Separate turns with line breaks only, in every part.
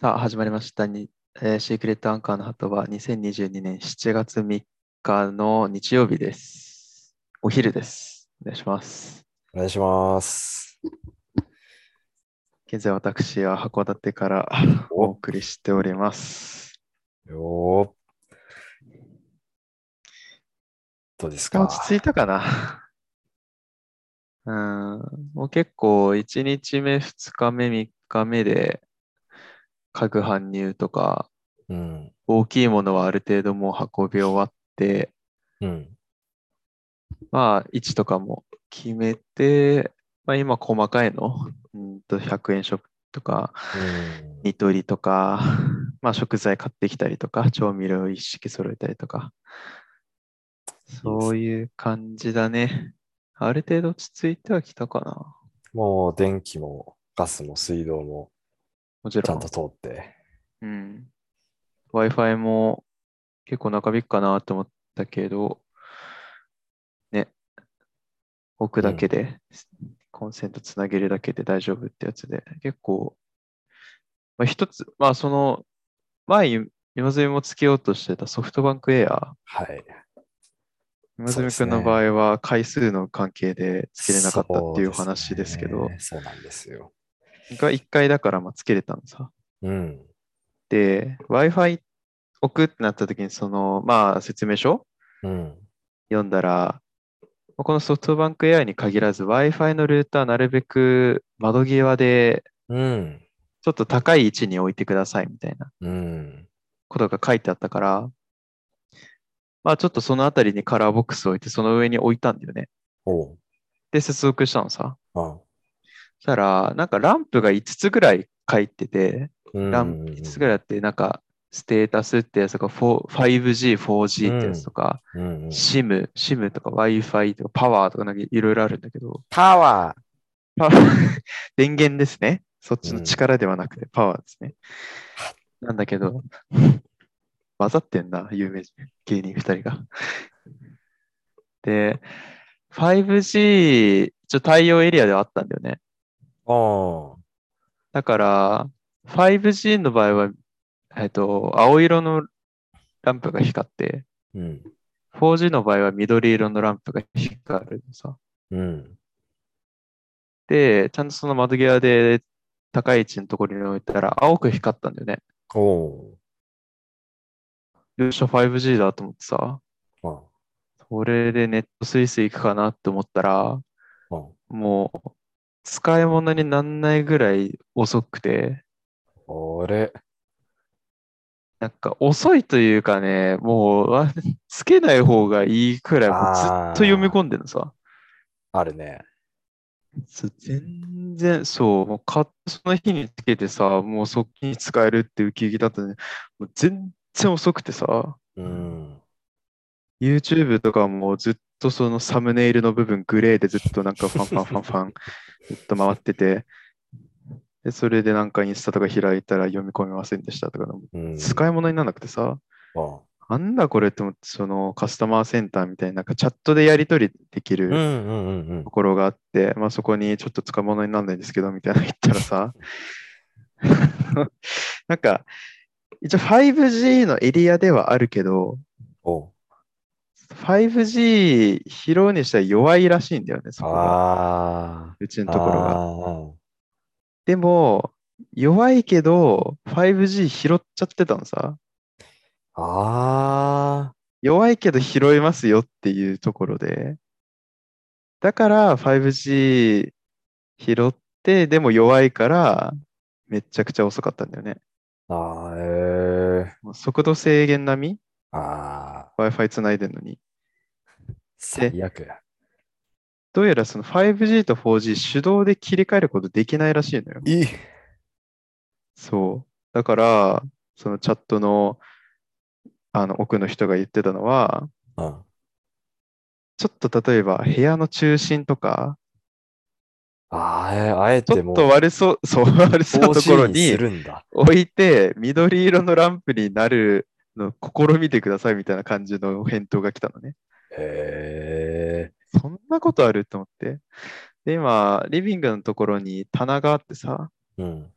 さあ始まりましたに、えーシークレットアンカーの鳩は2022年7月3日の日曜日です。お昼です。お願いします。
お願いします。
現在私は函館からお送りしております。
よーどうですか
落ち着いたかな うん、もう結構1日目、2日目、3日目で家具搬入とか
うん。
大きいものはある程度もう運び終わって、
うん。
まあ、位置とかも決めて、まあ、今、細かいの、うんと100円ショップとか、ニトリとか、まあ、食材買ってきたりとか、調味料一式揃えたりとか、そういう感じだね。ある程度落ち着いてはきたかな。
もう電気もガスも水道も
もち
ちゃ
ろん。
んと通って。
うん。Wi-Fi も結構中引くかなと思ったけど、ね、置くだけで、コンセントつなげるだけで大丈夫ってやつで、結構、まあ、一つ、まあその、前、今住みもつけようとしてたソフトバンクエア、
はい。
今住
そ
君
うですね
の場合は回数の関係でつけれなかったっていうお話ですけ
そう
ど、
ですねそうなんですよ。
が1回だからまあつけれたのさ。
うん。
で、Wi-Fi 置くってなった時に、その、まあ、説明書
うん。
読んだら、このソフトバンクエアに限らず Wi-Fi のルーターはなるべく窓際で
うん。
ちょっと高い位置に置いてくださいみたいな
うん。
ことが書いてあったから、まあちょっとそのあたりにカラーボックスを置いてその上に置いたんだよね。
おう。
で、接続したのさ。
あ
そしたら、なんかランプが5つぐらい書いてて、
うん
ランプ5つぐらいあって、なんかステータスってやつとか、4 5G、4G ってやつとか、
うんうん、
SIM、SIM とか Wi-Fi とかパワーとかなんかいろいろあるんだけど、
パワー
パワー 電源ですね。そっちの力ではなくてパワーですね。なんだけど、混ざってんな、有名人芸人2人が。で、5G、ちょ対応エリアではあったんだよね。
おう
だから、5G の場合は、えっと、青色のランプが光って、
うん。
4G の場合は緑色のランプが光るのさ。
うん。
で、ちゃんとその窓際で高い位置のところに置いたら青く光ったんだよね。
おう。
よっしゃ 5G だと思ってさ、
ああ
これでネットスイスイ行くかなって思ったら、
あ
もう使い物になんないぐらい遅くて、
あれ
なんか遅いというかね、もうわつけない方がいいくらい、もうずっと読み込んでるのさ。
あるね。
そう全然、そう、もう買ったその日につけてさ、もうそっちに使えるってウキウキだったのに、もう全然遅くてさ、
うん。
YouTube とかもずっとそのサムネイルの部分グレーでずっとなんかファンファンファンファ ンずっと回ってて、で、それでなんかインスタとか開いたら読み込めませんでしたとか、
うん、
使い物にならなくてさ、な
あ
んだこれって思って、そのカスタマーセンターみたいななんかチャットでやり取りでき
うんう
る
んうんうん
と。ころがあって、まあそこにちょっと使い物にならないんですけどみたいなの言ったら さ、なんか一応 5G のエリアではあるけど、
おう
5G 拾うにしては弱いらしいんだよね、そこが。
あ
うち
あ。
のところが。
が。
でも、弱いけど、5G 拾っちゃってたのさ。
ああ。
弱いけど拾いますよっていうところで。だから、5G 拾って、でも弱いから、めちゃくちゃ遅かったんだよね。
ああ、ええ
もう速度制限並み
ああ。
?Wi-Fi 繋いでんのに。
最悪や。
どうやらその 5G と 4G 手動で切り替えることできないらしいのよ。
いい。
そう。だから、そのチャットのあの奥の人が言ってたのは、
うん。
ちょっと例えば部屋の中心とか、
ああ、ええあえ
ち
て
ょ
も
っと悪そう、そう、悪そうなところ
4G に
に
するんだ。
置いて、緑色のランプになるのを試みてくださいみたいな感じの返答が来たのね。
へえ。
そんなことあると思って。で、今、リビングのところに棚があってさ、
うん。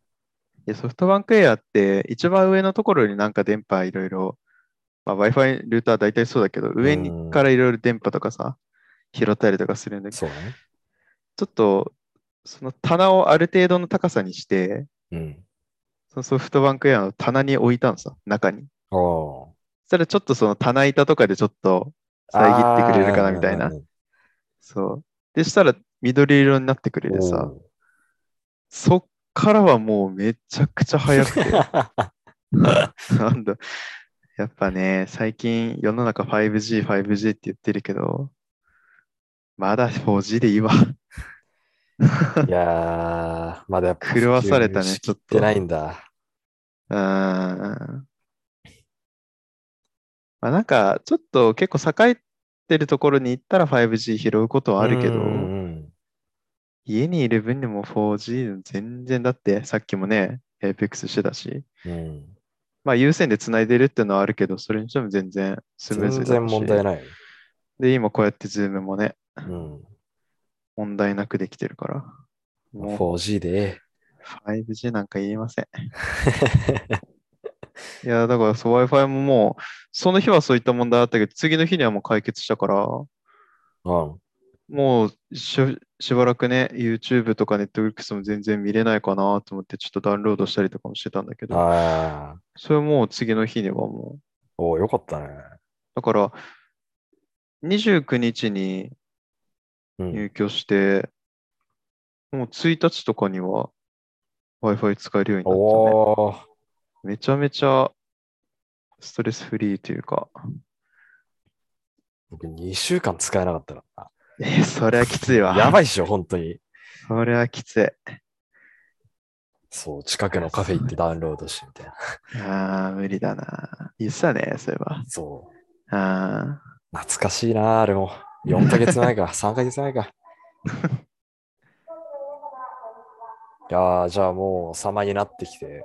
でソフトバンクエアって一番上のところになんか電波いろいろ、まあ、Wi-Fi ルーター大体そうだけど、上に
うん
からいろいろ電波とかさ、拾ったりとかするんだけど、
そうね。
ちょっとその棚をある程度の高さにして、
うん。
そのソフトバンクエアの棚に置いたのさ、中に。
あー
そしたらちょっとその棚板とかでちょっと
あー。
遮ってくれるかなみたいな
うん。うん
そう。でしたら緑色になってくれ
うん
てさ、
お
そっからはもうめちゃくちゃ早くて、
ー
なんだ。やっぱね、最近世の中 5G、5G って言ってるけど、まだ 4G でいいわ。
いやー、まだやっぱ
狂わされたね
普及しき
ちょっと
ってないんだ。
うーん。まあ、なんか、ちょっと結構栄えてるところに行ったら 5G 拾うことはあるけど、
うんうん
家にいる分でも 4G 全然だって、さっきもね、Apex してたし、
うんうん。
まあ優先で繋いでるっていうのはあるけど、それにしても全然スムーズ
全
にな
然
るし
問題ない。
で、今こうやって Zoom もね、
うん。
問題なくできてるから。もう
4G で。
5G なんか言いません。いや、だからそう Wi-Fi ももう、その日はそういった問題あったけど、次の日にはもう解決したから、
うん。
もうししばらくね、YouTube とか Netflix も全然見れないかなと思って、ちょっとダウンロードしたりとかもしてたんだけど、
ああ。
それもう次の日にはもう、
おお、よかったね。
だから、29日に
うん。
入居して、もう1日とかには Wi-Fi 使えるようになったね。
おお。
めちゃめちゃストレスフリーというか、
僕2週間使えなかったら。
えーそれはきついわ。
やば
い。
いっしょ、本当に。
それはきつい。
そう、近くのカフェ行ってダウンロードしてみたいな。
ああ、無理だな。言ってたね、そういえば。
そ
ああ、
う。懐かしいな、あれも。4ヶ月前か、3ヶ月 前か。いやー、じゃあもう様になってきて、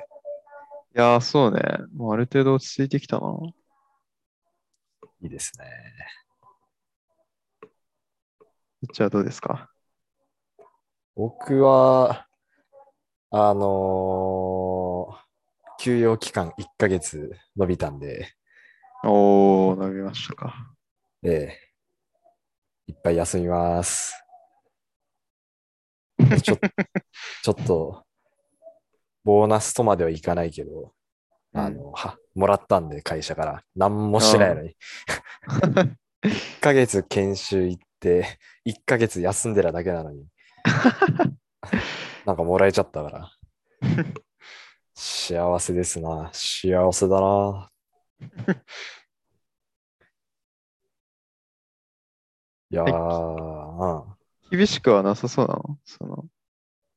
いやー、そうね。もうある程度落ち着いてきたな。
いいですね。
じゃあどうですか
僕は、あのー休養期間1ヶ月伸びたんで、
おー、伸びましたか。
ええいっぱい休みます。ちょっちょっと、ボーナスとまではいかないけど、あの、は、もらったんで、会社から。何もしてないのに。1ヶ月研修行って、1ヶ月休んでただけなのに。なんかもらえちゃったから。幸せですな。幸せだな。いやー、うん。
厳しくはなさそうなのその、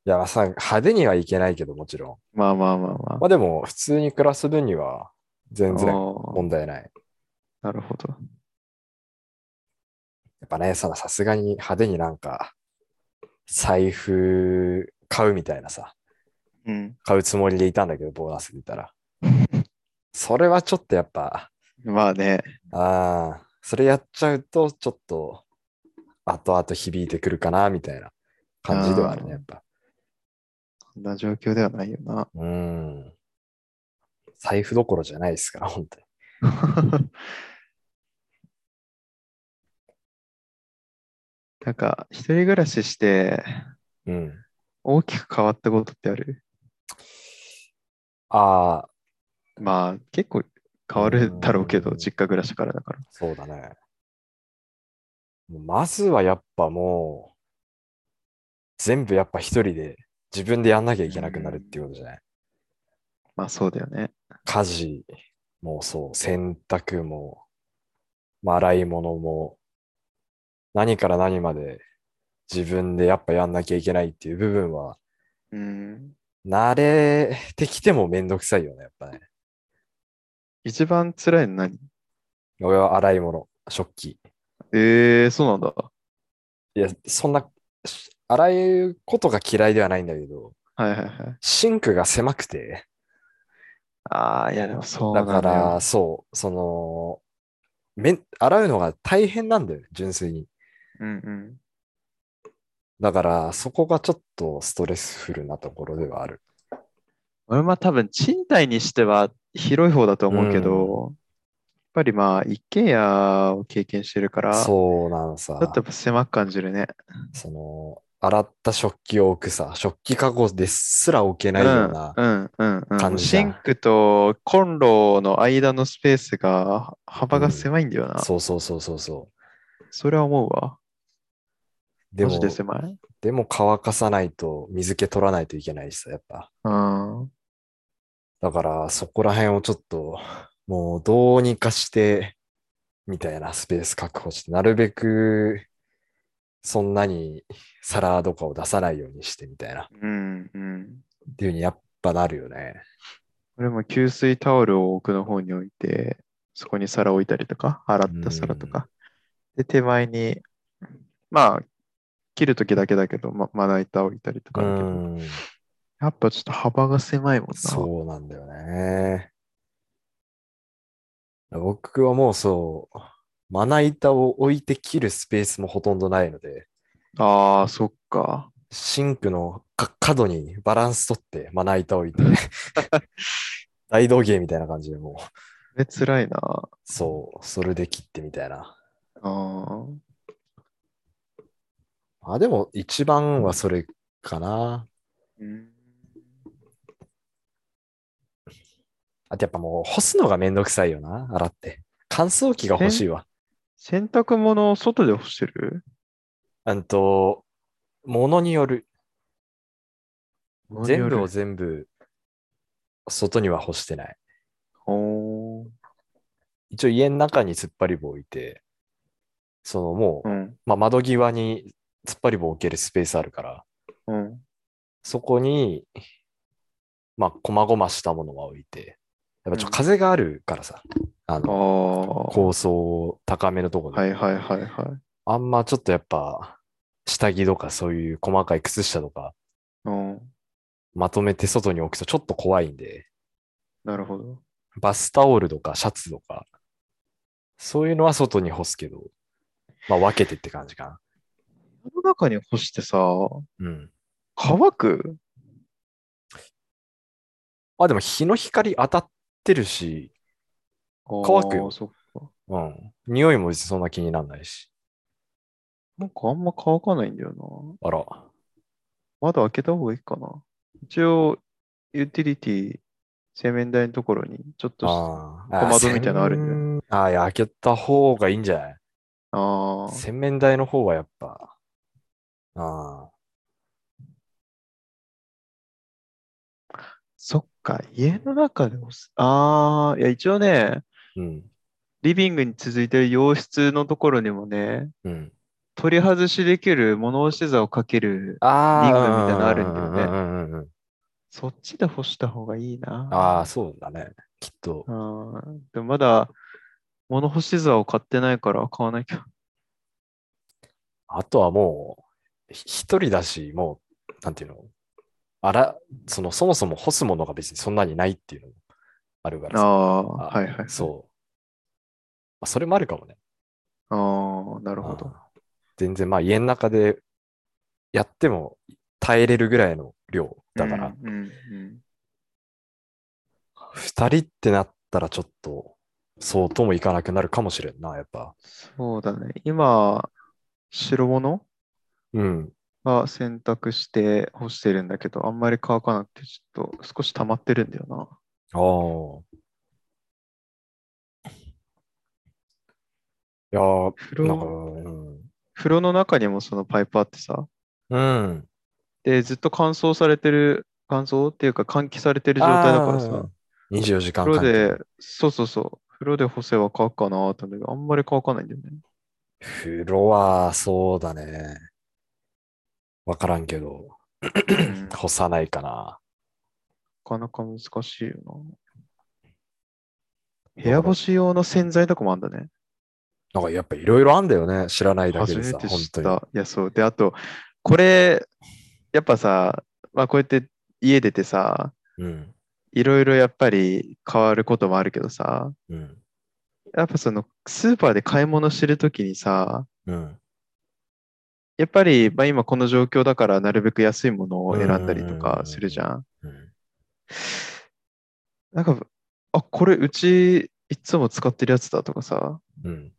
いや、さ、派手にはいけないけど、もちろん。
まあまあまあま
まあでも、普通に暮らす分には、
あ。
全然
おー
問題ない。
なるほど。
やっぱね、そのさすがに派手になんか、財布買うみたいなさ、
うん。
買うつもりでいたんだけど、ボーナスでいたら。それはちょっとやっぱ、
まあね。
ああ、それやっちゃうと、ちょっと、後々響いてくるかな、みたいな感じではある
あー
ね、やっぱ。
こんな状況ではないよな。
うん。財布どころじゃないですから、本当に。
なんか、一人暮らしして
うん。
大きく変わったことってある
ああ、
まあ、結構変わるだろうけ
う
ど、
ん
実家暮らしからだから。
そうだね。もうまずはやっぱもう、全部やっぱ一人で自分でやんなきゃいけなくなるっていうことじゃない。
まあ、そうだよね。
家事もそう、洗濯も、まあ洗い物も、何から何まで自分でやっぱやんなきゃいけないっていう部分は、
うん。
慣れてきてもめんどくさいよね、やっぱね。
一番辛いの何
俺は洗い物、食器。
ええー、そうなんだ。
いや、そんな、し洗うことが嫌いではないんだけど、
はいはいはい。
シンクが狭くて、
ああ、いや、でもそうな
だ
んだよ。
から、そう、その、めん洗うのが大変なんだよね、純粋に。
うんうん。
だから、そこがちょっとストレスフルなところではある。
俺は多分賃貸にしては広い方だと思うけど、やっぱりまあ、一軒家を経験してるから、ちょ
そうなのさ。
っとやっぱ狭く感じるね。
その、洗った食器を置くさ、食器かごですら置けないような。
うんうんうんう
感
ん。
じじゃ
シ
ん
ンクとコンロの間のスペースが幅が狭いんだよな。
そうそうそうそうそ
それは思うわ。
う。で
マ
も
ジ、で狭い。
でも乾かさないと水気取らないといけないしさ、やっぱ。
うん。
だから、そこら辺をちょっと、もうどうにかして、みたいなスペース確保して、なるべく、そんなに皿とかを出さないようにしてみたいな、っ
うんうん。
ていうふうにやっぱなるよね。
俺も給水タオルを奥の方に置いて、そこに皿置いたりとか、洗った皿とか。で、手前に、まあ、切るときだけだけど、ま、まな板置いたりとか
う
あるけど、
ん、
やっぱちょっと幅が狭いもんな。
そうなんだよね。僕はもうそう、まな板を置いて切るスペースもほとんどないので、
ああ、そっか。
シンクのか角にバランス取って、まな板置いて、大道芸みたいな感じでもう、
それ辛いな。あ
そう、それで切ってみたいな。
あ。
あ、でも一番はそれかな。
うん。
あとやっぱもう干すのがめんどくさいよな、洗って。乾燥機が欲しいわ。
洗濯物を外で干してる
うんと、ものによる。全部を
を。
全部、外には干してない。
おー
一応家の中に突っ張り棒置いて、そのもう、
うん。
まあ、窓際に突っ張り棒置けるスペースあるから、
うん。
そこに、まあ、こまごましたものは置いて、やっぱちょ
うん
風があるからさ、あ
あ
の、
あ。
構想高めのとこで、
はいはいはいはい。
あんまちょっとやっぱ、下着とかそういう細かい靴下とか、
うん。
まとめて外に置くとちょっと怖いんで、
なるほど。
バスタオルとかシャツとか、そういうのは外に干すけど、まあ分けてって感じか
この中に干してさ、
な。うん。
乾く
あ、でも日の光当たってるし、乾くよ
あーそっか。
うん。匂いも別にそんな気にならないし。
なんかあんま乾かないんだよ
あら。
な。窓開けた方がいいかな。一応、ユーティリティ、洗面台のところに、ちょっとし
あー
小窓みたいなのあるんじゃ
洗あーいや、開けた方がいいんじゃない
ああ、
洗面台の方はやっぱ、あ
そっか、家の中で干す。ああ、いや、一応ね、
ーうん、
リビングに続いてる洋室のところにもね、
うん。
取り外しできる物干し座をかける、
あ
リングみたいなのあるんだよね
よね。
そっちで干した方がいいな。
ああ、そうだね。きっと。
うんでもまだ物干し座を買ってないから買わなきゃ。
あとはもう、ひ一人だし、もう、なんていうのあら、その、そもそも干すものが別にそんなにないっていうのもあるから
あ
さ
あ、
あ
はいはい。
そう。まあ、それもあるかもね。
ああ、なるほど。
あー全然、まあ家の中でやっても耐えれるぐらいの量だから、
うんうん
二、人ってなったらちょっと、そうともいかなくなるかもしれんな、やっぱ。
そうだね。今、白物
うん。
が洗濯して干してるんだけど、あんまり乾かなくて、ちょっと少し溜まってるんだよな。
ああ。いやー、
風
なんか、
呂風呂の中にもそのパイプあってさ、
うん。うん。
で、ずっと乾燥されてる、乾燥っていうか換気されてる状態だからさ、
あー。24時間
風呂
換気
で、そうそうそう、風呂で干せば乾くかなと思ったんだけど、あんまり乾かないんだよね。
風呂は、そうだね。わからんけど、
うん
干さないかな。
なかなか難しいよな。部屋干し用の洗剤とかもあんだね。
なんかやっぱいろいろあんだよね。知らないだ
初
けで
め
さ、
て
本
知っ
当に。
た。いや、そう。で、あと、これ、やっぱさ、まあ、こうやって家出てさ、
うん。
いろいろやっぱり変わることもあるけどさ、
うん。
やっぱそのスーパーで買い物してるときにさ、
うん。
やっぱり、まあ、今この状況だからなるべく安いものを選んだりとかするじゃん。
うん
なんか、あ、これうちいつも使ってるやつだとかさ、
うん。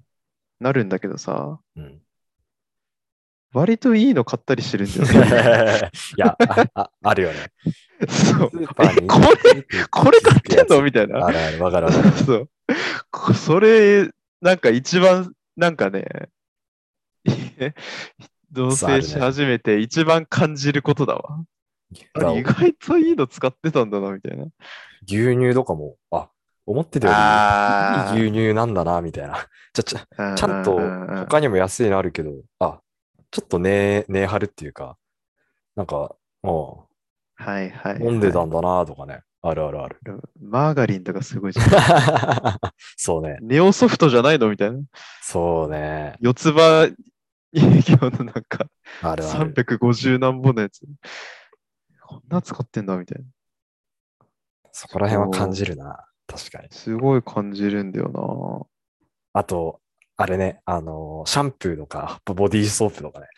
なるんだけどさ、
うん。
割といいの買ったりしてるんだ
い
よ ね。
やああ、あるよね。
そう
スー。パー
え、
に
これ、これ買ってんのみたいな。
あるある、わかるわか る。
そう。こそれ、なんか一番、なんかね、 同棲し始めて一番感じることだわ。
だ
あ意外といいの使ってたんだな、みたいな。
牛乳とかも、あ、思ってた
あー
よりいい牛乳なんだな、みたいな。ちょ、ちょ、ちゃんと
うううん
他にも安いのあるけど、あ、ちょっとね、ね張るっていうか、なんか、も
はいはいは
う
い。
飲んでたんだなとかね、あるあ るある。
マーガリンとかすごいじゃん。
そうね、
ネオソフトじゃないのみたいな。
そうね、
四つ葉営業のなんか、
あるある。
350何本のやつ。こんな使ってんだ、みたいな。
そこら辺は感じるな、確かに。
すごい感じるんだよ
あと、あれね、あの、シャンプーとか、ボディーソープとかね、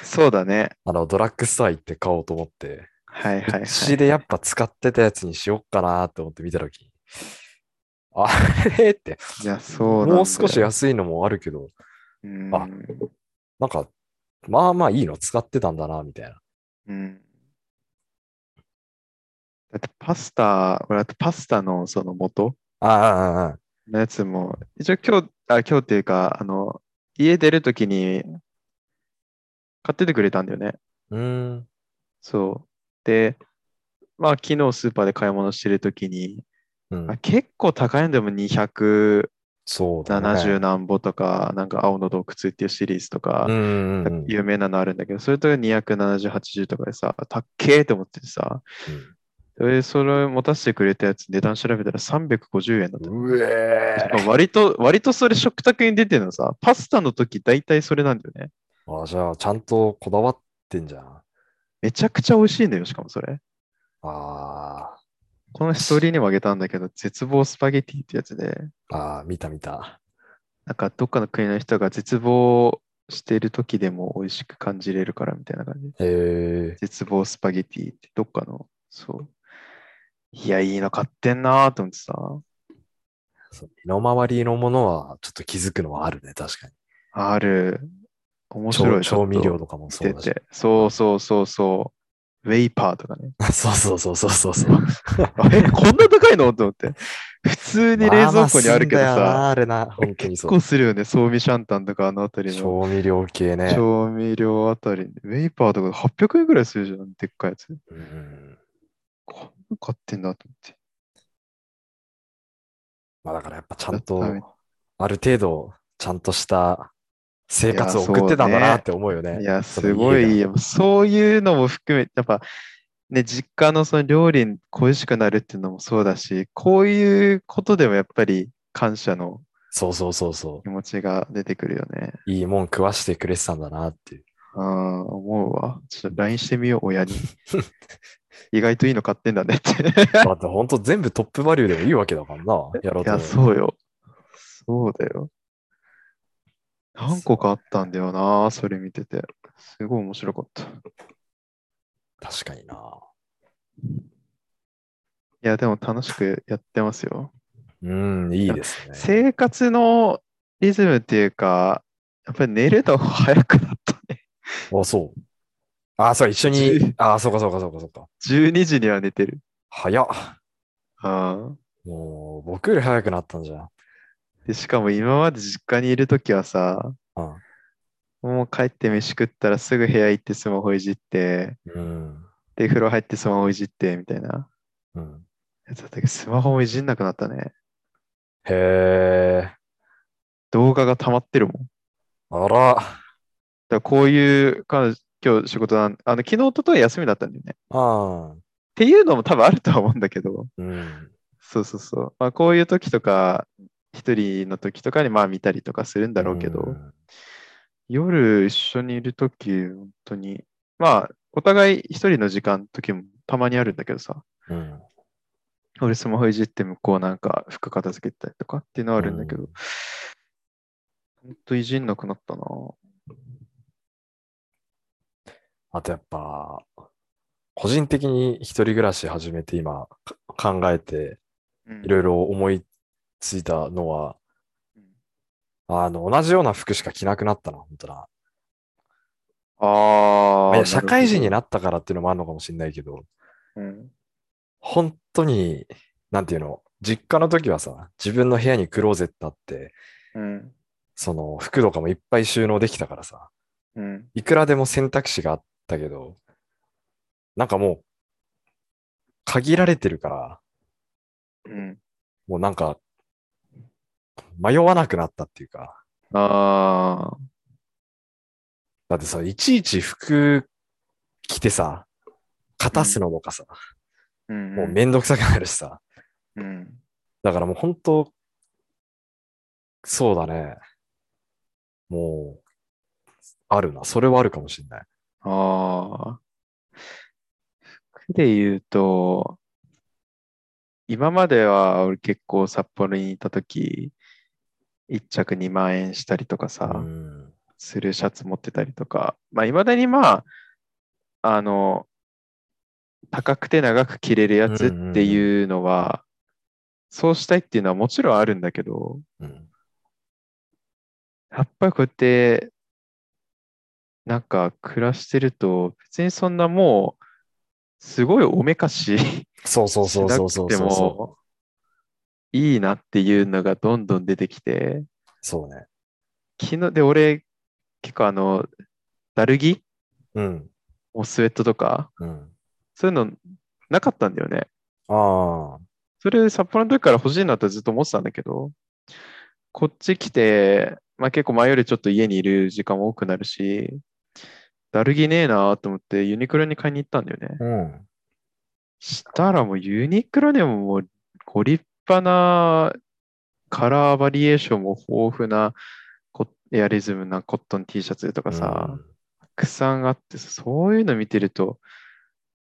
な。そうだね。
あの、ドラッグストア行って買おうと思って、
はいはい、は
う
い。
ちでやっぱ使ってたやつにしよっかなと思って見たときに、あ れって、
いや、そうなんだよ
もう少し安いのもあるけど、
うん
あなんか、まあまあいいの使ってたんだな、みたいな。
うん。だってパスタ、俺だってパスタのその元
ああ、ああ、
のやつも、一応今日、あ、今日っていうか、あの、家出るときに買っててくれたんだよね。
うーん。
そう。で、まあ昨日スーパーで買い物してるときに、
うん
あ、結構高いんでも270
そうだね。
何ぼとか、なんか青の洞窟っていうシリーズとか
う、んうんうん。
有名なのあるんだけど、それと270、80とかでさ、たっけーと思っててさ、で、それ持たせてくれたやつ、値段調べたら350円だっ
うんうえ
た。しかも割と、割とそれ食卓に出てるのさ、パスタの時大体それなんだよね。
ー。あじゃあ、ちゃんとこだわってんじゃん。
めちゃくちゃ美味しいんだよ、しかもそれ。
あ
このストーリーにもあげたんだけど、絶望スパゲティってやつで、
ーあー、見た見た。
なんかどっかの国の人が絶望してる時でも美味しく感じれるからみたいな感じ。
へえ
絶望スパゲティってどっかの、そう。いや、いいの買ってんなーと思ってさ。
そう身の回りのものはちょっと気づくのはあるね、確かに。
ある。面白
調
い。ちょ
調
っと
味料とかもそう
出
だし。
て。そうそうそうそう。ウェイパーとかね。
そうそうそうそうそうそう。
あえ、こんな高いのと思って。普通に冷蔵庫にあるけど
ま
さ、
あまあすんだよなあれな、本当に
結
そ う
構。するよね。ソーミシャンタンとかあのあたりの
調味料系ね。
調味料あたり。ウェイパーとか800円ぐらいするじゃん。でっかいやつ。
うん
こんな買ってんだと思って。
まあだからやっぱちゃん
だ
と
ったみ、
ある程度、ちゃんとした生活を
いやそうね
送ってたんだなって思うよね。
いや、
そ
す
の
ごいいい
家が
よ。そういうのも含め、やっぱ、ね、実家のその料理に恋しくなるっていうのもそうだし、こういうことでもやっぱり感謝の
そうそうそうそ
気持ちが出てくるよね。
う。いいもん食わしてくれてたんだなっていう。
うん、思うわ。ちょっと LINE してみよう、親 に。意外といいの買ってんだねって。
だって本当全部トップバリューでもいいわけだからな。やろう
い
と思
や、
えば
そうよ。そうだよ。何個かあったんだよな、それ見てて。すごい面白かった。い
確かにな。
や、でも楽しくやってますよ。
うん、いいですね。
生活のリズムっていうか、やっぱり寝るのが早くなったね。
あ、そう。あ、そう、一緒に
じ。
あ、そうかそうかそうかそうか。
12時には寝てる。
早っ。
あ
もう、僕より早くなったんじゃん。
でしかも今まで実家にいるときはさ、
うん
もう帰って飯食ったらすぐ部屋行ってスマホいじって、
うん。
で、風呂入ってスマホいじってみたいな
うん、
やつだったけど、スマホもいじんなくなったね。
へえ。
動画が溜まってるもん。だか
あら。
らこういう彼女、今日仕事なん、あの、昨日、一昨日休みだったんだよね。っ
あ
ていうのも多分あるとは思うんだけど、
うん。
そうそうそう。まあ、こういう時とか、一人の時とかにまあ見たりとかするんだろうけど、
ん
夜一緒にいる時、本当に、まあ、お互い一人の時間の時もたまにあるんだけどさ、
うん。
俺スマホいじって向こうなんか服片付けたりとかっていうのはあるんだけど、
うん
本当いじんなくなったな。
あとやっぱ、個人的に一人暮らし始めて今か考えて
うん
いろいろ思いついたのは、
うん
あの、同じような服しか着なくなったな、本当な。
あ
まあ
あ。
いや社会人に
な
なったからっていうのもあるのかもしれないけど、
るほど。うん
本当に、なんていうの、実家の時はさ、自分の部屋にクローゼットあって、
うん。
その服とかもいっぱい収納できたからさ、
うん。
いくらでも選択肢があったけど、なんかもう、限られてるから、
うん。
もうなんか、迷わなくなったっていうか、
ああ。
だってさ、いちいち服着てさ、勝たすのとかさ、
うん。
もうめんどくさくなるしさ、
うん。
だからもう本当、そうだね。もう、あるな。それはあるかもしれない。
ああ。服で言うと、今までは俺結構札幌にいた時、一着2万円したりとかさ、
うん。
するシャツ持ってたりとか、まあ、いまだにまあ、あの、高くて長く着れるやつっていうのは、そうしたいっていうのはもちろんあるんだけど、
うん。
やっぱりこうやって、なんか暮らしてると、別にそんなもう、すごいおめかし し
そうそうそう
な
そう
く
そう
て
そうそ
もいいなっていうのがどんどん出てきて、
う。そうね。
昨日、で、俺、結構あの、ダルギ
うん。
もうスウェットとか、
うん。
そういうのなかったんだよね。
ああ。
それ札幌の時から欲しいなってずっと思ってたんだけど、こっち来て、まあ、結構前よりちょっと家にいる時間も多くなるし、だるぎねえなと思ってユニクロに買いに行ったんだよね。
うん。
したらもうユニクロでももうご立派なカラーバリエーションも豊富なコエアリズムなコットン T シャツとかさ、たくさんあってさそういうの見てると、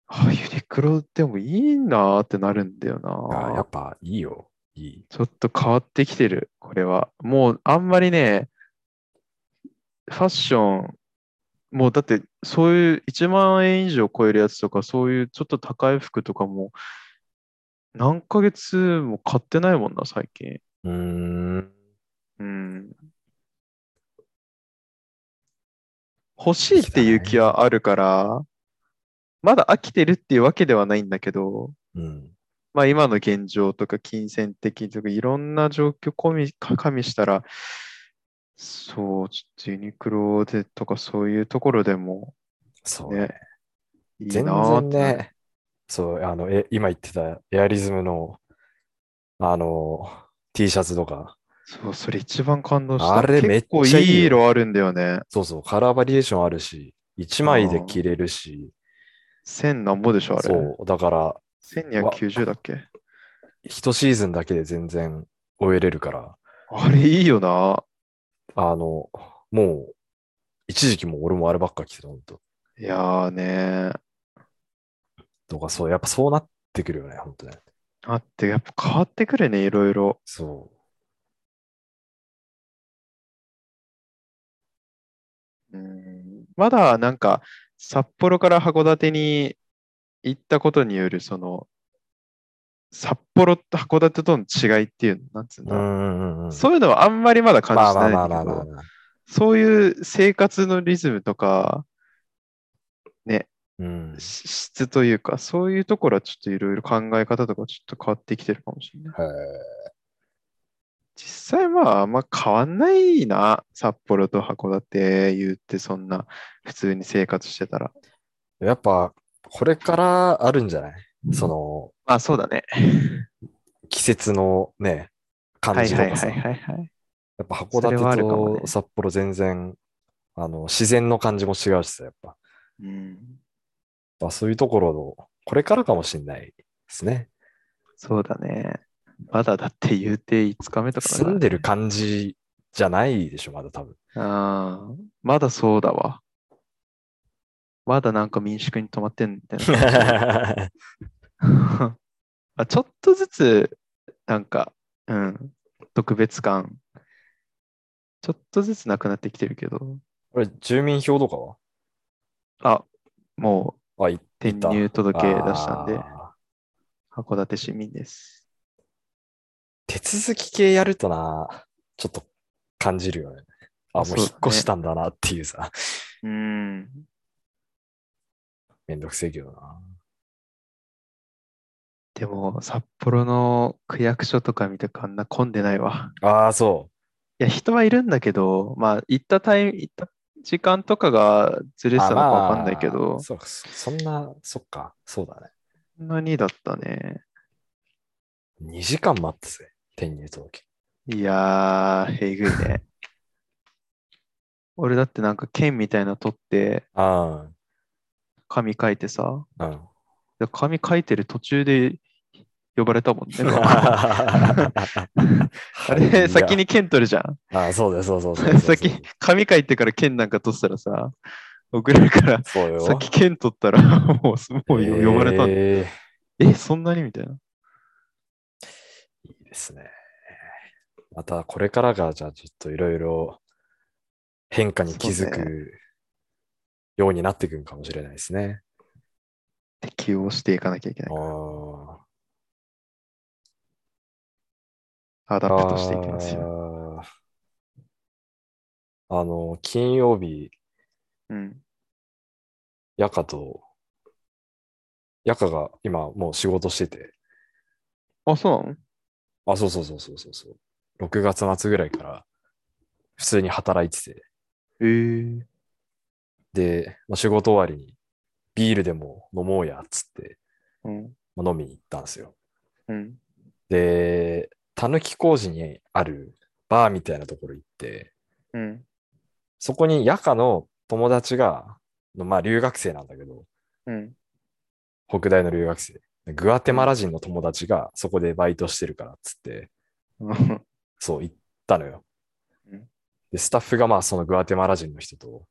あ、ユニクロでもいいなーってなるんだよ
うん、あーや
な
っ。ぱいいよ。いい。
ちょっと変わってきてる、これは。もうあんまりね、ファッション、もうだってそういう1万円以上超えるやつとか、そういうちょっと高い服とかも、何ヶ月も買ってないもんな、最近。
うーん。
うん。欲しいっていう気はあるから、まだ飽きてるっていうわけではないんだけど、
うん。
まあ今の現状とか金銭的とかいろんな状況込み、か加味したら、そう、ちょっとユニクロでとかそういうところでも
そうね
ね、いい
全
なー
然
ってなる。
ね、そう、あの、え今言ってたエアリズムの、あの、T シャツとか、
そう、それ一番感動した。
あれめっちゃいいよ
結構いい色あるんだよね。
そうそう、カラーバリエーションあるし、1枚で着れるし、
1000何ぼでしょ、あれ。
そう、だから、
1290だっけ
一シーズンだけで全然終えれるから、
あれいいよな。
あの、もう、一時期もう俺もあればっか着てた、ほんと。
いやーね
とか、そう、やっぱそうなってくるよね、ほんとね。
あって、やっぱ変わってくるね、いろいろ。
そ
う
う。
んまだなんか、札幌から函館に行ったことによる、その、札幌と函館との違いっていうの、なんつうんだ
う
ろう、
んうんうん。
そういうのはあんまりまだ感
まあ
じて
ま
な
あ
いんだ
まあ
け
まあまあ
ど、
まあ。
そういう生活のリズムとか、
うん。
し質というか、そういうところはちょっといろいろ考え方とかちょっと変わってきてるかもしれない。
へー
実際まあ、あんま変わんないな。札幌と函館言って、そんな普通に生活してたら。
やっぱ、これからあるんじゃないその、
まあそうだね。
季節のね、
は
感
い
じと
はい
かさ。
はい
や
はいはい。
っぱ
それはあるかも
函館
ね
と札幌全然、あの、自然の感じも違うしさ、やっぱ。やっ
うん、
ぱそういうところの、これからかもしれないですね。
そうだね。まだだって言うて5日目とかだか
住
ら
んでる感じじゃないでしょ、まだ 多分。
ああまだそうだわ。まだなんか民宿に泊まってんみたい な。
う
あちょっとずつ、なんか、うん、特別感、ちょっとずつなくなってきてるけど、
これ、住民票とかは
あ、も
あ、い
転入届出したんで、
あー
函館市民です。
手続き系やるとな、ちょっと感じるよね。あ、も
そう
う
だ
引
ね
っ越したんだなっていうさ、
うん。
めんどくせえけどな。
でも、札幌の区役所とか見てあんな混んでないわ。
ああ、そ
いや、人はいるんだけど、まあ、行ったタイミ行った時間とかがず
う。
れてたのか
まあ
わかんないけど、
そうかそそんな、そっか、そうだね。
そんなにだったね。
2時間待ったぜ、転入届。
いやー、えぐいね。 俺だってなんか券みたいなの取って、
あ
紙書いてさ、
あ、うん。
で紙書いてる途中で呼ばれたもん ね。 あ
あ
れ、先。に剣取るじゃん。
ああ、そうだよ、そうそうそうそうそう。
先、紙書いてから剣なんか取ったらさ、遅れるから、
そうよ。
先剣取ったら、もう、すごい呼ばれたんだ。
え
え、そんなにみたいな。
ーいいですね。また、これからが、じゃあ、ちょっといろいろ変化に気づ
そう
くようになっていくんかもしれないですね。
適応していかなきゃいけない。
あ
アダ
あ
プトしていきますよ。
よ。あの、金曜日、
うん。
ヤカと、ヤカが今もう仕事してて、
あ、そうなの
あ、そうそうそうそうそうそう。6月末ぐらいから普通に働いてて、
えー、
で、まあ、仕事終わりにビールでも飲もうやっつって、
うん。
まあ飲みに行ったんですよ。
うん。
で、たぬき工事にあるバーみたいなところ行って、
うん。
そこにヤカの友達が、のまあ留学生なんだけど、
うん。
北大の留学生。グアテマラ人の友達がそこでバイトしてるからっつって、
うん。
そう行ったのよ
うん。
で、スタッフがまあそのグアテマラ人の人と、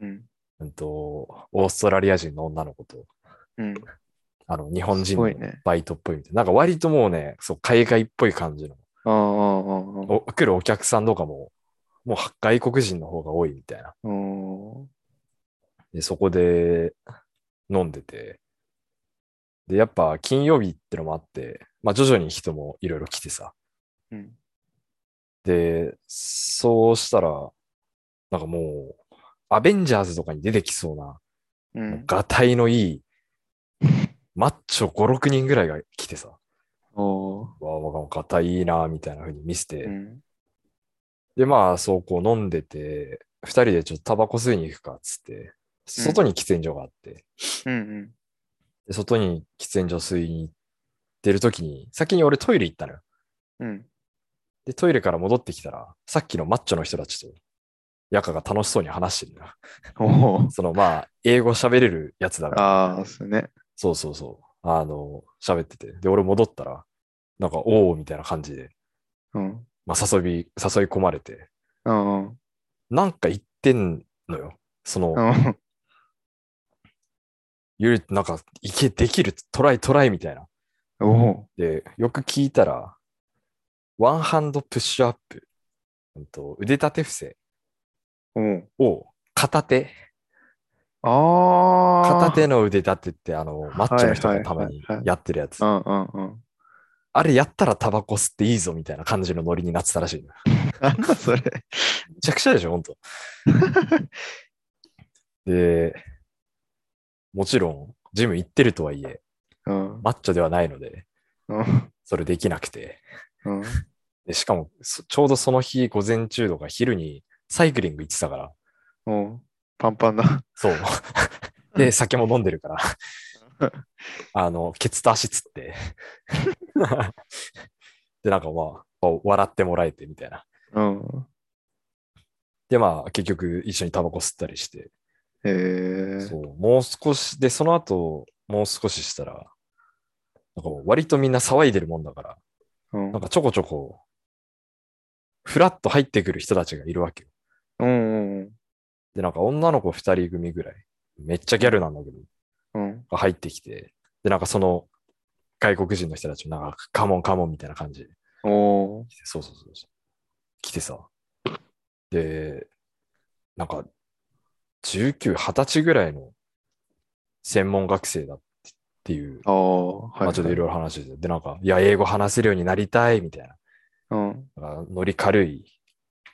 うん。
うんと、オーストラリア人の女の子と、
うん。
あの、日本
す
人
ご
の
いね。
バイトっぽいみたいな。なんか割ともうね、そう、海外っぽい感じの。
ああ、ああ、ああ。
お来るお客さんとかも、もう外国人の方が多いみたいな。
お
で、そこで飲んでて。で、やっぱ金曜日ってのもあって、まあ徐々に人もいろいろ来てさ。
うん。
で、そうしたら、なんかもう、アベンジャーズとかに出てきそうな、
う。
もうんガタイのいい、マッチョ5、6人ぐらいが来てさ、
おー
わあ、なんかガタイいいな、みたいな風に見せて、
うん。
で、まあ、そうこう飲んでて、二人でちょっとタバコ吸いに行くか、っつって、外に喫煙所があって、
うん。うん。
で外に喫煙所吸いに行ってる時に、先に俺トイレ行ったのよ。
うん。
で、トイレから戻ってきたら、さっきのマッチョの人たちと、ヤカが楽しそうに話してるな。
おー
その、まあ、英語喋れるやつだから、
ああ、そうね。
そうそうそう。あの、喋ってて。で、俺戻ったら、なんか、おおみたいな感じで、
うん。
まあ、誘び、誘い込まれて、
うん。うん
なんか言ってんのよ。その、ゆる、なんか、いけ、できる、トライ、トライみたいな。
おー
で、よく聞いたら、ワンハンドプッシュアップ、うんと腕立て伏せ
おー
を片手、
ああ。
片手の腕立てって、あの、マッチョの人
はい
が
はい
たまに
はいはい
やってるやつ
う。んうんうん。
あれやったらタバコ吸っていいぞみたいな感じのノリになってたらしいの。め
なんだそれ。
ちゃくちゃでしょ、ほん と。で、もちろん、ジム行ってるとはいえ、
うん。
マッチョではないので、
うん
それできなくて。
うん。
でしかも、そちょうどその日、午前中とか昼にサイクリング行ってたから、
おーパンパンだ。
そう。で、酒も飲んでるから、あの、ケツと足つって。で、なんかまあ、こう笑ってもらえてみたいな。
うん。
で、まあ、結局一緒にタバコ吸ったりして、
へえ。
そう、もう少し、で、その後、もう少ししたら、なんかもう割とみんな騒いでるもんだから、
うん
なんかちょこちょこ、フラッと入ってくる人たちがいるわけよ。
うんうん
で、なんか女の子二人組ぐらい、めっちゃギャルなんだけど、
うん。
が入ってきて、で、なんかその外国人の人たちもなんかカモンカモンみたいな感じで
うん。おー
来て、そうそうそうそう。来てさ。で、なんか19、20歳ぐらいの専門学生だってっていう、
ああ、はい、
まあ、ちょっといろいろ話してて、で、なんか、いや、英語話せるようになりたいみたいな、
うん。
なんかノリ軽い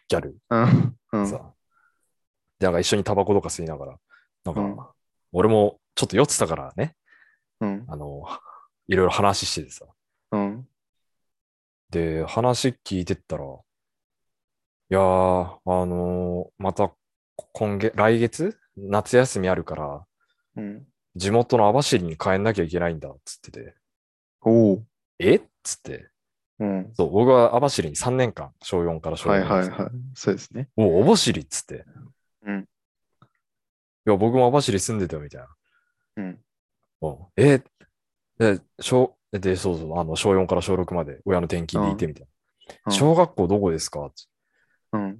ギャル
うん。うん。
さ、でなんか一緒にタバコとか吸いながら、なんか、
うん
俺もちょっと酔ってたからね、
うん。
あの、 いろいろ話しててさ、
うん。
で、話聞いてったら、いやー、あのーまた今月、来月夏休みあるから、
うん。
地元の網走に帰んなきゃいけないんだ、つってて、
おお。
えっつって、
うん。
そう、僕は網走に3年間、小4から小
はい
4ま
は
で
いはい。そうですね。
おう、網走っつって、
うん。
いや、僕も網走住んでたよ、みたいな。
うん。
うん、えで、小、で、そうそう、あの、小4から小6まで親の転勤でいてみたい
うん
な。小学校どこですかつ
うん。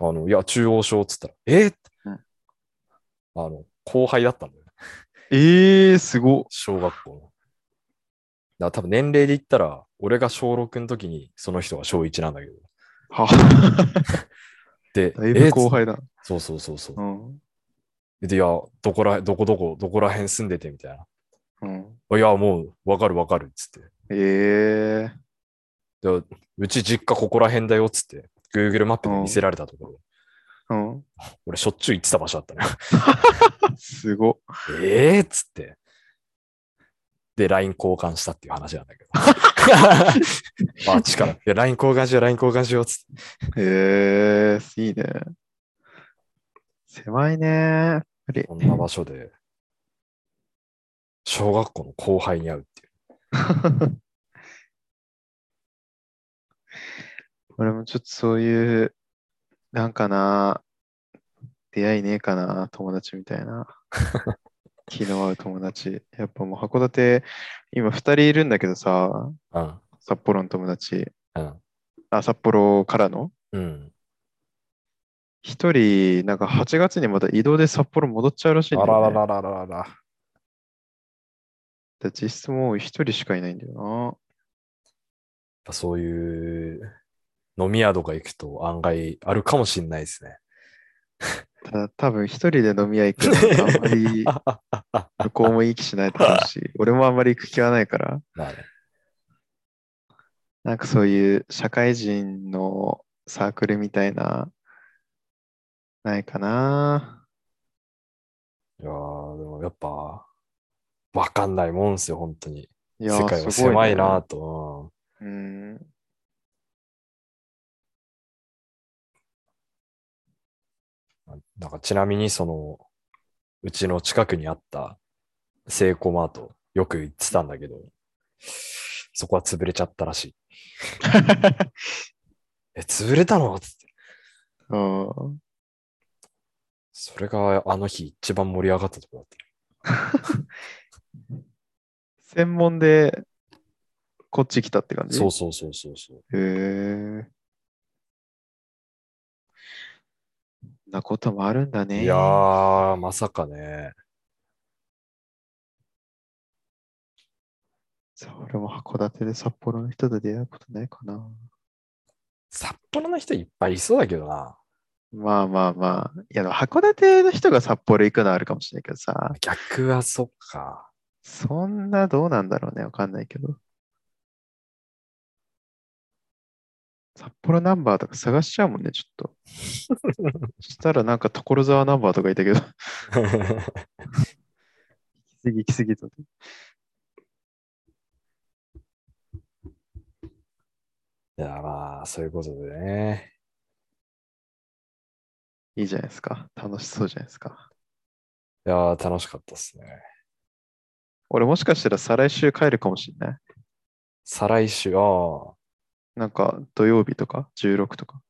あの、いや、中央小っつったら、え
うん
あの、後輩だったんだよね。
ええー、すごっ。
小学校の。だから多分年齢で言ったら、俺が小6の時にその人が小1なんだけど。
は
で、
だいぶ後
え
輩だ。
そうそうそうそう
う。ん。
で、いや、どこら、どこどこ、どこら辺住んでてみたい
うん。
な。いや、もう、わかるわかるっつって。
ええ
でうち実家ここら辺だよっつって、Google マップで見せられたところ。
ー。うん。
俺しょっちゅう行ってた場所だった ね。
すごっ。
ええっつって。で、LINE 交換したっていう話なんだ けど。まあ、力。いや、LINE 交換しよう、LINE 交換しようっつって。
へえー、いいね。狭いね。やっぱり
こんな場所で、小学校の後輩に会うっていう。
俺もちょっとそういう、なんかな、出会いねえかな、友達みたい な。気の合う友達。やっぱもう函館、今2人いるんだけどさ、
うん。
札幌の友達。
うん。
あ、札幌からの
うん。
1人、なんか8月にまた移動で札幌戻っちゃうらしいんだ
あ
よ、ね。
ららららららら。
で実質もう一人しかいないんだよ
やっぱそういう飲み屋とか行くと案外あるかもしんないで すね。
な。ただ多分一人で飲み屋行くのはあんまり向こうもいい気しないと思う し、俺もあんまり行く気はないから、
まあね
なんかそういう社会人のサークルみたいな、ないかな。
いやーでもやっぱ、わかんないもんですよ、本当に。
いやー
世界は
すご
狭い
ね
なと。
うん。
うんなんかちなみに、その、うちの近くにあったセイコーマート、よく行ってたんだけど、そこは潰れちゃったらしい。え、潰れたのつって。
あ
それがあの日一番盛り上がったとこだった。
専門でこっち来たって感じ
そうそうそうそうそう。
へえ。そんなこともあるんだね。
いやー、まさかね。
そう俺も函館で札幌の人と出会うことないかな。
札幌の人いっぱいいそうだけどな。
まあまあまあ。いや、でも函館の人が札幌行くのはあるかもしれないけどさ、
逆はそっか。
そんなどうなんだろうね。わかんないけど。札幌ナンバーとか探しちゃうもんね、ちょっと。そしたらなんか所沢ナンバーとかいたけど、行き過ぎ行き過ぎと。
いや、まあ、そういうことでね。
いいじゃないですか。楽しそうじゃないですか。
いやー、楽しかったっすね。
俺もしかしたら再来週帰るかもしれない。
再来週、あー
なんか土曜日とか16とか。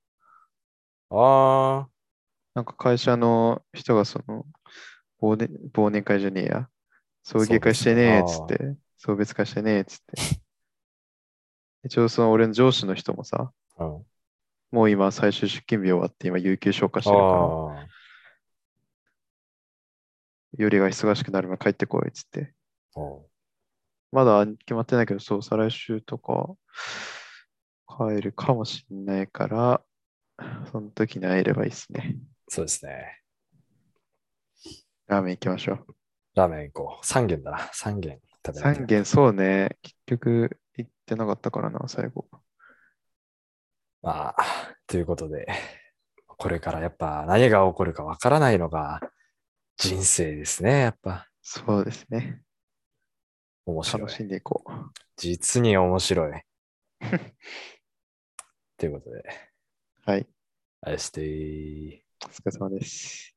あ
なんか会社の人がその忘年忘年会じゃねえや。送迎会してねえっつ
送
っ
別
て、送別会してねえっつって。 一応その俺の上司の人もさ、
ー、うん。
もう今最終出勤日終わって今有給消化してるから、
あ
よりが忙しくなる前帰ってこいっつって。
ーうん
まだ決まってないけど、そう、再来週とか帰るかもしんないから、その時に会えればいいっすね。
そうですね。
ラーメン行きましょう。
ラーメンこう。3軒だな。3軒食べなきゃ
3軒、そうね。結局、行ってなかったからな、最後。
まあ、ということで、これからやっぱ何が起こるかわからないのが人生ですね。やっぱ
そうですね。
面白い
楽。しんでいこう。
実に面白い。 ということで、
はい。
あれしてー。
お疲れ様です。